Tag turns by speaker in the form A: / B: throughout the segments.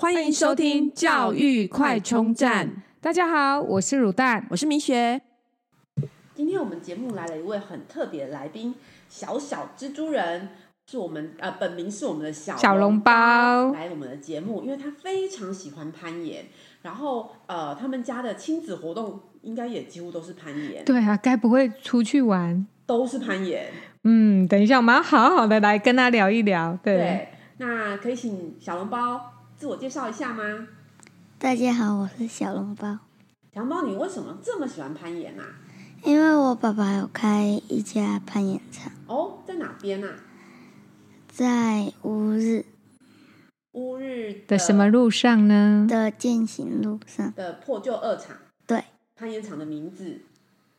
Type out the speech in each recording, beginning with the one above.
A: 欢迎收听教育快充站，
B: 大家好，我是乳蛋。
A: 我是明学。
C: 今天我们节目来了一位很特别的来宾，小小蜘蛛人，是我们呃本名是我们的小
B: 小笼包
C: 来我们的节目，因为他非常喜欢攀岩，然后呃他们家的亲子活动应该也几乎都是攀岩，
B: 对啊，该不会出去玩？
C: 都是攀岩。
B: 嗯，等一下，我们要好好的来跟他聊一聊。对，
C: 那可以请小笼包自我介绍一下吗？
D: 大家好，我是小笼包。
C: 小笼包，你为什么这么喜欢攀岩啊？
D: 因为我爸爸有开一家攀岩场，
C: 哦，在哪边啊？
D: 在乌日
C: 乌日
B: 的什么路上呢？
D: 的践行路上。
C: 的破旧二厂，
D: 对，
C: 攀岩场的名字。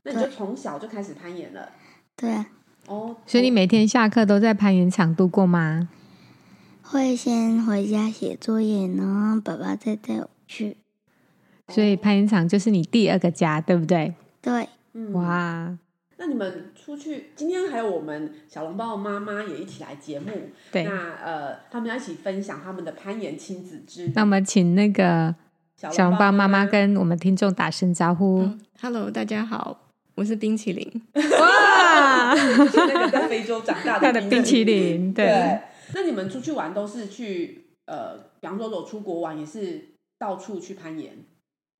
C: 那你就
D: 对
C: 从小就开始攀岩了
D: 对啊，
C: 哦。
B: 所以你
C: 每
B: 每天下课都在攀岩场度过吗？
D: 会先回家写作业，然后爸爸再带我去。
B: 所以攀岩场就是你第二个家，对不对？
D: 对，
C: 嗯，
B: 哇，
C: 那你们出去，今天还有我们小笼包的妈妈也一起来节目。
B: 对。
C: 那呃，他们要一起分享他们的攀岩亲子之旅
B: 那。我们请那个小笼包妈妈跟我们听众打声招呼。
E: 嗯 Hello，大家好，我是冰淇淋。
B: 哇，
C: 是那个在非洲长 大
B: 他
C: 的
B: 的冰淇。淋，对，
C: 对。那你们出去玩都是去呃，比方说如果出国玩也是到处去攀岩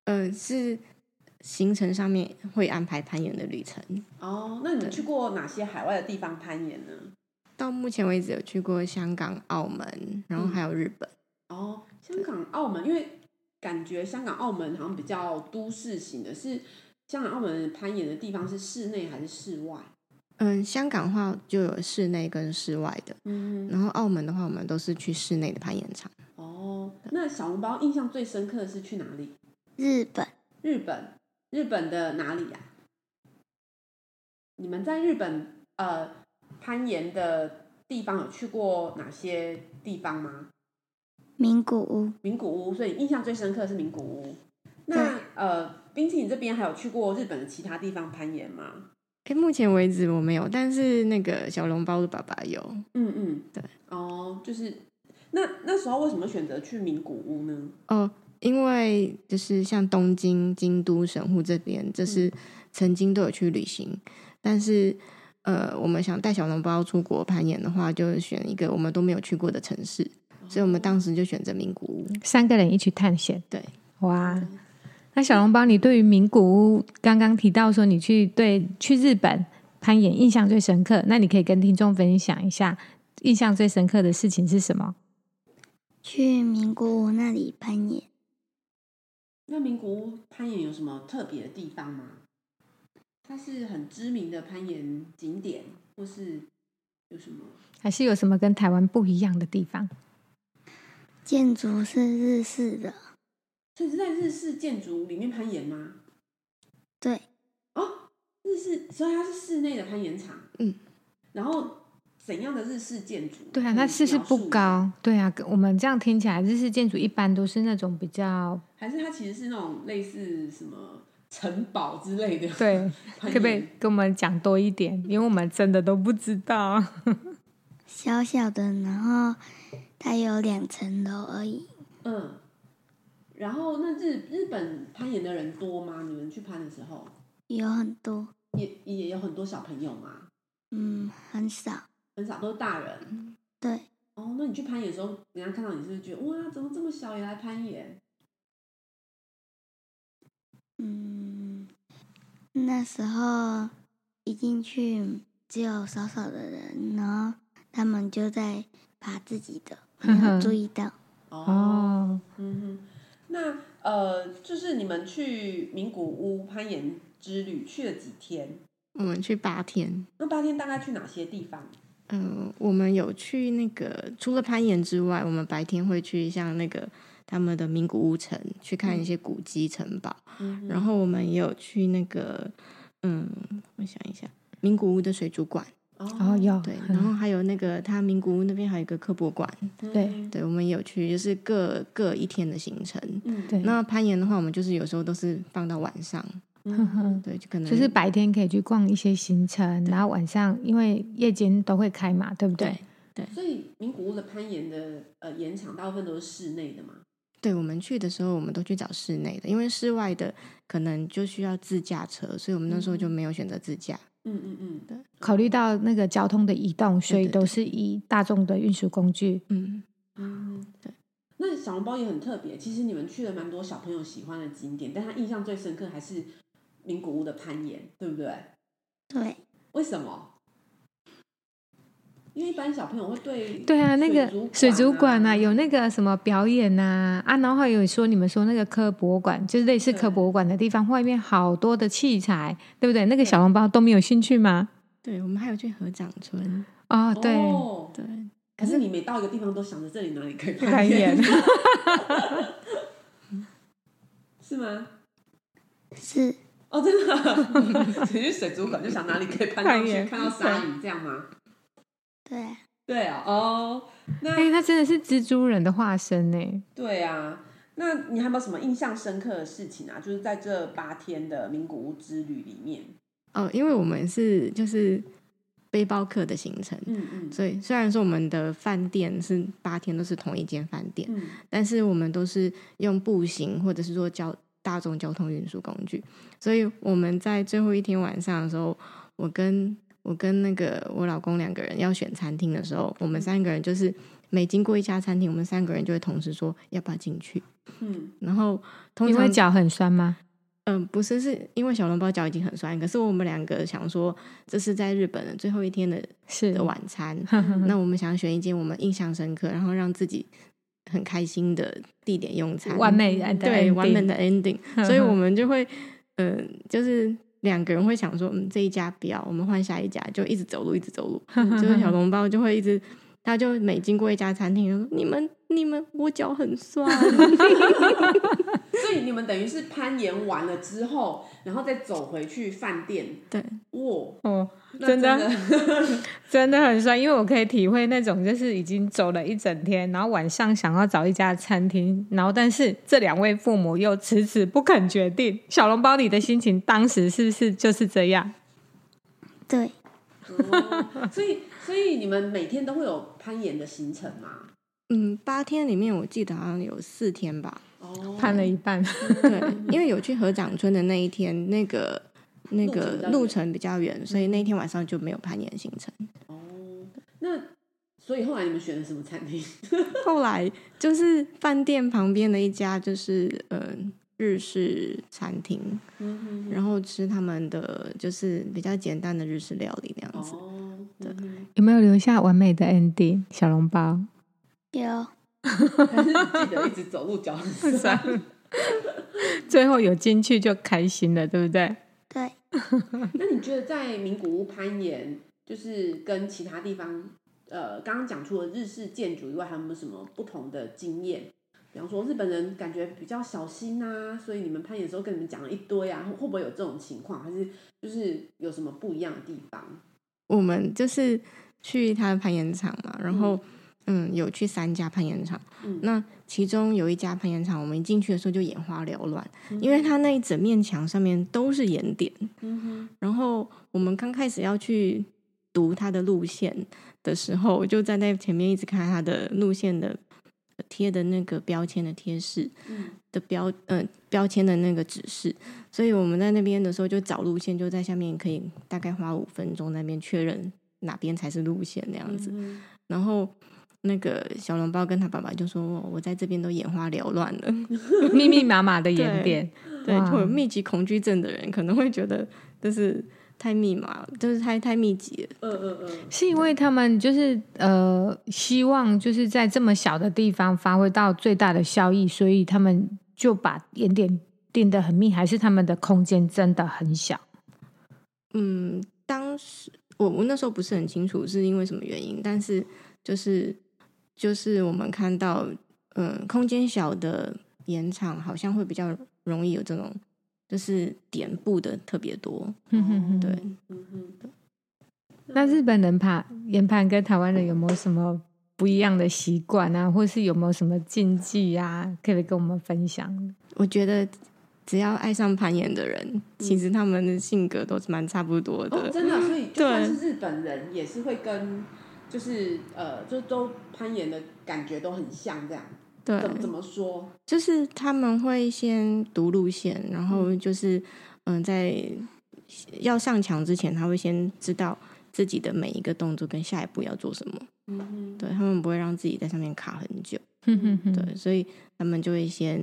E: 呃，是行程上面会安排攀岩的旅程。
C: 哦。那你们
E: 对
C: 去过哪些海外的地方攀岩呢？
E: 到目前为止有去过香港、澳门，然后还有日本。
C: 哦，香港、澳门，因为感觉香港、澳门好像比较都市型的，是香港、澳门攀岩的地方是室内还是室外？
E: 嗯，香港的话就有室内跟室外的，
C: 嗯，
E: 然后澳门的话，我们都是去室内的攀岩场。
C: 哦，那小笼包印象最深刻的是去哪里？
D: 日本
C: 日本，日本的哪里呀、你们在日本呃攀岩的地方有去过哪些地方吗？
D: 名古屋
C: 名古屋，所以印象最深刻的是名古屋。那呃，冰淇淋这边还有去过日本的其他地方攀岩吗？
E: 哎，目前为止我没有，但是那个小笼包的爸爸有。
C: 嗯嗯，
E: 对。
C: 哦，就是那那时候为什么选择去名古屋呢？
E: 哦，因为就是像东京、京都、神户这边，这是曾经都有去旅行，但是呃，我们想带小笼包出国攀岩的话，就选一个我们都没有去过的城市，所以我们当时就选择名古屋。
B: 三个人一起探险。
E: 对，
B: 哇，那小笼包，你对于名古屋刚刚提到说你去对去日本攀岩印象最深刻，那你可以跟听众分享一下印象最深刻的事情是什么？
D: 去名古屋那里攀岩，
C: 那名古屋攀岩有什么特别的地方吗？它是很知名的攀岩景点，或是有什么？
B: 还是有什么跟台湾不一样的地方？
D: 建筑是日式的。
C: 所以是在日式建筑里面攀岩吗？
D: 对，
C: 哦，日式，所以它是室内的攀岩场。
E: 嗯，
C: 然后怎样的日式建筑？
B: 对啊，
C: 可以
B: 那是不是
C: 描述
B: 不
C: 一下，
B: 高？对啊，跟我们这样听起来，日式建筑一般都是那种比较
C: 还是它其实是那种类似什么城堡之类的？
B: 对，
C: 攀
B: 可
C: 岩，
B: 不可以跟我们讲多一点？因为我们真的都不知道。
D: 小小的，然后它有两层楼而已。
C: 嗯。然后，那日日本攀岩的人多吗？你们去攀的时候，
D: 有很多，
C: 也也有很多小朋友吗？
D: 嗯，很少。
C: 很少都是大人。
D: 对，
C: 哦，那你去攀岩的时候，人家看到你是不是觉得哇，怎么这么小也来攀岩？
D: 嗯，那时候一进去只有少少的人，然后他们就在爬自己的，没有注意到。
C: 哦，
B: 哦，
C: 嗯哼，那呃，就是你们去名古屋攀岩之旅去了几天？
E: 我们去八天，
C: 那八天大概去哪些地方？
E: 嗯、我们有去那个除了攀岩之外，我们白天会去像那个他们的名古屋城去看
B: 嗯
E: 一些古迹城堡，
C: 嗯
E: 然后我们也有去那个，嗯，我想一下，名古屋的水族馆，
B: 哦，有，
E: 对，
B: 嗯
E: 然后还有那个它名古屋那边还有一个科博馆，
B: 对，
E: 对，我们也有去，就是各各一天的行程。
C: 嗯，
B: 对，
E: 那攀岩的话，我们就是有时候都是放到晚上，
B: 呵
C: 嗯
B: 呵
E: 对，就可能
B: 就是白天可以去逛一些行程，然后晚上因为夜间都会开嘛，对不对？
E: 对
C: 所以名古屋的攀岩的呃岩场大部分都是室内的嘛？
E: 对我们去的时候，我们都去找室内的，因为室外的可能就需要自驾车，所以我们那时候就没有选择自驾。
C: 嗯嗯嗯，
E: 对
B: 考虑到那个交通的移动，所以
E: 对对
B: 都是以大众的运输工具。
E: 嗯，
C: 嗯，
E: 对。
C: 那小笼包也很特别，其实你们去了蛮多小朋友喜欢的景点，但他印象最深刻还是名古屋的攀岩，对不对？
D: 对，
C: 为什么？因为一般小朋友会对
B: 对啊，那个水族馆啊，
C: 啊，
B: 有那个什么表演呐啊，然后还有说你们说那个科博馆，就是类似
C: 对
B: 科博馆的地方，外面好多的器材，对不对？那个小笼包都没有兴趣吗？
E: 对，我们还有去合掌村，
B: 哦，对，
C: 哦
E: 对，
C: 可是你每到一个地方都想着这里哪里可以
B: 攀
C: 岩
B: 岩，
C: 是吗？
D: 是
C: 哦，真的 啊，只是水族馆就想哪里可以攀上
B: 攀
C: 去，
B: 岩
C: 看到鲨鱼这样吗？
D: 对啊，
C: 对啊，哦，那
B: 哎、它真的是蜘蛛人的化身呢。
C: 对啊，那你还有没有什么印象深刻的事情啊？就是在这八天的名古屋之旅里面，
E: 哦，因为我们是就是背包客的行程，
C: 嗯嗯
E: 所以虽然说我们的饭店是八天都是同一间饭店，
C: 嗯
E: 但是我们都是用步行或者是坐交大众交通运输工具，所以我们在最后一天晚上的时候，我跟我跟那个我老公两个人要选餐厅的时候，我们三个人就是每经过一家餐厅，我们三个人就会同时说要不要进去，
C: 嗯，
E: 然后通
B: 因为
E: 常
B: 脚很酸吗？
E: 嗯，不是，是因为小笼包脚已经很酸，可是我们两个想说，这是在日本的最后一天的
B: 是
E: 的晚餐，
B: 那
E: 那我们想选一间我们印象深刻，然后让自己很开心的地点用餐，
B: 完美的
E: 对完美
B: ending 嗯
E: 的 ending，所以我们就会，嗯、就是两个人会想说，嗯，这一家不要，我们换下一家，就一直走路，一直走路，就是小笼包就会一直。他就每经过一家餐厅，就说：“你们、你们，我脚很酸。
C: 所以你们等于是攀岩完了之后，然后再走回去饭店，”
E: 对，
C: 哇，
B: 哦，
C: 那
B: 真的
C: 的
B: 真的很酸，因为我可以体会那种就是已经走了一整天，然后晚上想要找一家餐厅，然后但是这两位父母又迟迟不肯决定。小笼包里的心情当时是不是就是这样？
D: 对，
C: 哦所以所以你们每天都会有攀岩的行程嘛？
E: 嗯，八天里面我记得好像有四天吧，
C: 哦，
B: 判了一半，
E: 对，因为有去合掌村的那一天，那个那
C: 路程比较
E: 个
C: 远
E: 路程比较远，所以那一天晚上就没有攀岩行程。
C: 哦，那所以后来你们选了什么餐厅？
E: 后来就是饭店旁边的一家就是嗯、呃日式餐厅，
C: 嗯
E: 然后吃他们的就是比较简单的日式料理那样子。
C: 哦，对，
B: 有没有留下完美的 ending？小笼包，
D: 有
C: 还是记得一直走路脚很酸。
B: 最后有进去就开心了，对不 对？
D: 对，
C: 那你觉得在名古屋攀岩，就是跟其他地方，呃，刚刚讲除了日式建筑以外，还有没有什么不同的经验？比方说日本人感觉比较小心啊，所以你们攀岩的时候跟你们讲了一堆啊，会不会有这种情况？还是就是有什么不一样的地方？
E: 我们就是去他的攀岩场嘛，然后嗯有去三家攀岩场，
C: 嗯
E: 那其中有一家攀岩场，我们一进去的时候就眼花缭乱，因为它那一整面墙上面都是岩点。
C: 嗯哼，
E: 然后我们刚开始要去读它的路线的时候，我就站在前面一直看它的路线的呃贴的那个标签的贴示
C: 嗯
E: 的标呃标签的那个指示，所以我们在那边的时候就找路线，就在下面可以大概花五分钟在那边确认哪边才是路线那样子。
C: 嗯
E: 然后那个小笼包跟他爸爸就说：“哦我在这边都眼花缭乱了。”
B: 密密麻麻的眼点，
E: 对，
B: 哇
E: 就有密集恐惧症的人可能会觉得就是太密码，就是太太密集了。
C: 嗯嗯嗯，
B: 是因为他们就是呃，希望就是在这么小的地方发挥到最大的效益，所以他们就把眼点定得很密，还是他们的空间真的很小？
E: 嗯，当时我我那时候不是很清楚是因为什么原因，但是就是就是我们看到，嗯，空间小的盐场好像会比较容易有这种就是点布的特别多。
B: 哼嗯哼哦哼
E: 对，
C: 嗯哼，
B: 那日本人爬岩盘跟台湾人有没有什么不一样的习惯啊，或是有没有什么禁忌啊，可以跟我们分享？
E: 我觉得只要爱上攀岩的人，其实他们的性格都是蛮差不多的。
C: 哦，真的，所以就算
E: 对
C: 是日本人也是会跟，就是呃，就都攀岩的感觉都很像这样。
E: 对，
C: 怎么怎么说？
E: 就是他们会先读路线，然后就是嗯、呃在呃要上墙之前，他会先知道自己的每一个动作跟下一步要做什么。
C: 嗯哼，
E: 对他们不会让自己在上面卡很久，
B: 嗯哼哼哼
E: 对，所以他们就会先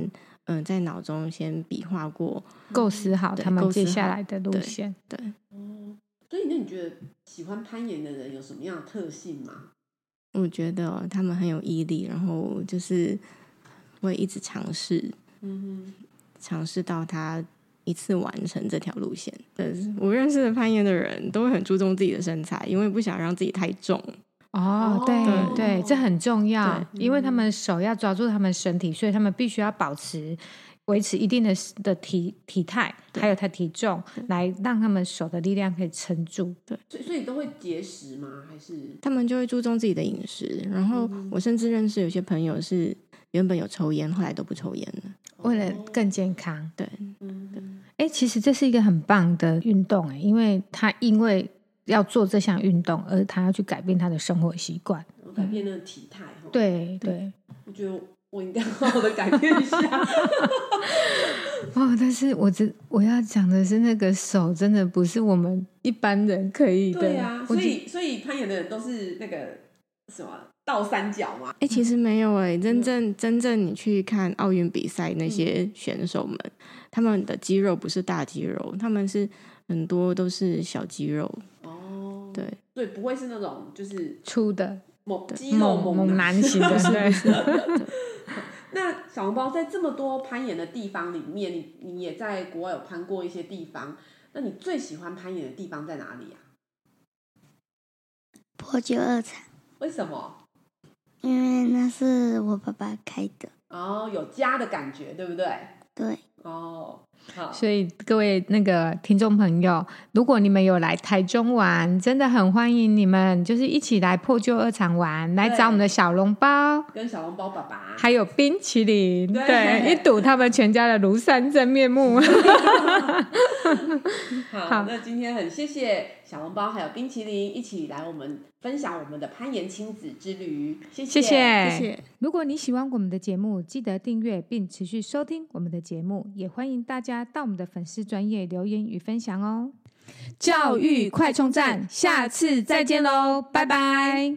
E: 嗯、呃在脑中先比划过，
B: 构思好
E: 对
B: 他们
E: 构思
B: 接下
E: 好
B: 来的路
E: 对
B: 线。
E: 对，
C: 哦，所以那你觉得喜欢攀岩的人有什么样的特性吗？
E: 我觉得他们很有毅力，然后就是会一直尝试，
C: 嗯
E: 尝试到他一次完成这条路线。对我认识的攀岩的人都会很注重自己的身材，因为不想让自己太重。
B: 哦，对
C: 哦
B: 对，这很重要，
E: 对
B: 因为他们手要抓住他们身体，所以他们必须要保持维持一定的的体体态，
E: 对
B: 还有他体重，来让他们手的力量可以撑住。
C: 哼，所以所以都会节食吗？还是
E: 他们就会注重自己的饮食。然后
C: 嗯
E: 我甚至认识有些朋友是原本有抽烟，后来都不抽烟了。
B: 为了更健康，
E: 对，
C: 嗯哼
B: 哎，其实这是一个很棒的运动，哎，因为他因为要做这项运动，而他要去改变他的生活习惯。
C: 我改变那个体态哈？，
B: 对对，
C: 我觉得我应该好好的改变一下。
B: 哦，但是我只我要讲的是，那个手真的不是我们一般人可以的。
C: 对呀、
B: 我
C: 所
B: 觉
C: 以所以攀岩的人都是那个什么倒三角嘛，
E: 哎、其实没有哎、真正真正你去看奥运比赛那些选手们，他们的肌肉不是大肌肉，他们是很多都是小肌肉。
C: 哦，
E: 对，
C: 对，不会是那种就是
B: 粗的
C: 猛肌肉
B: 猛猛
C: 猛
B: 男型的，对，
C: 那小笼包在这么多攀岩的地方里面，你你也在国外有攀过一些地方，那你最喜欢攀岩的地方在哪里啊？
D: 破旧二厂，
C: 为什么？
D: 因为那是我爸爸开的。
C: 哦，有家的感觉，对不对？
D: 对，
C: 哦，好，
B: 所以各位那个听众朋友，如果你们有来台中玩，真的很欢迎你们，就是一起来破旧二厂玩，来
C: 对
B: 找我们的小笼包，
C: 跟小笼包爸爸，
B: 还有冰淇淋，
C: 对
B: 对，一睹他们全家的庐山真面目。
C: 好，那今天很谢谢小笼包还有冰淇淋一起来我们分享我们的攀岩亲子之旅，谢
B: 谢
E: 谢谢。
B: 如果你喜欢我们的节目，记得订阅并持续收听我们的节目，也欢迎大家到我们的粉丝专业留言与分享哦。
A: 教育快充站，下次再见喽，拜拜。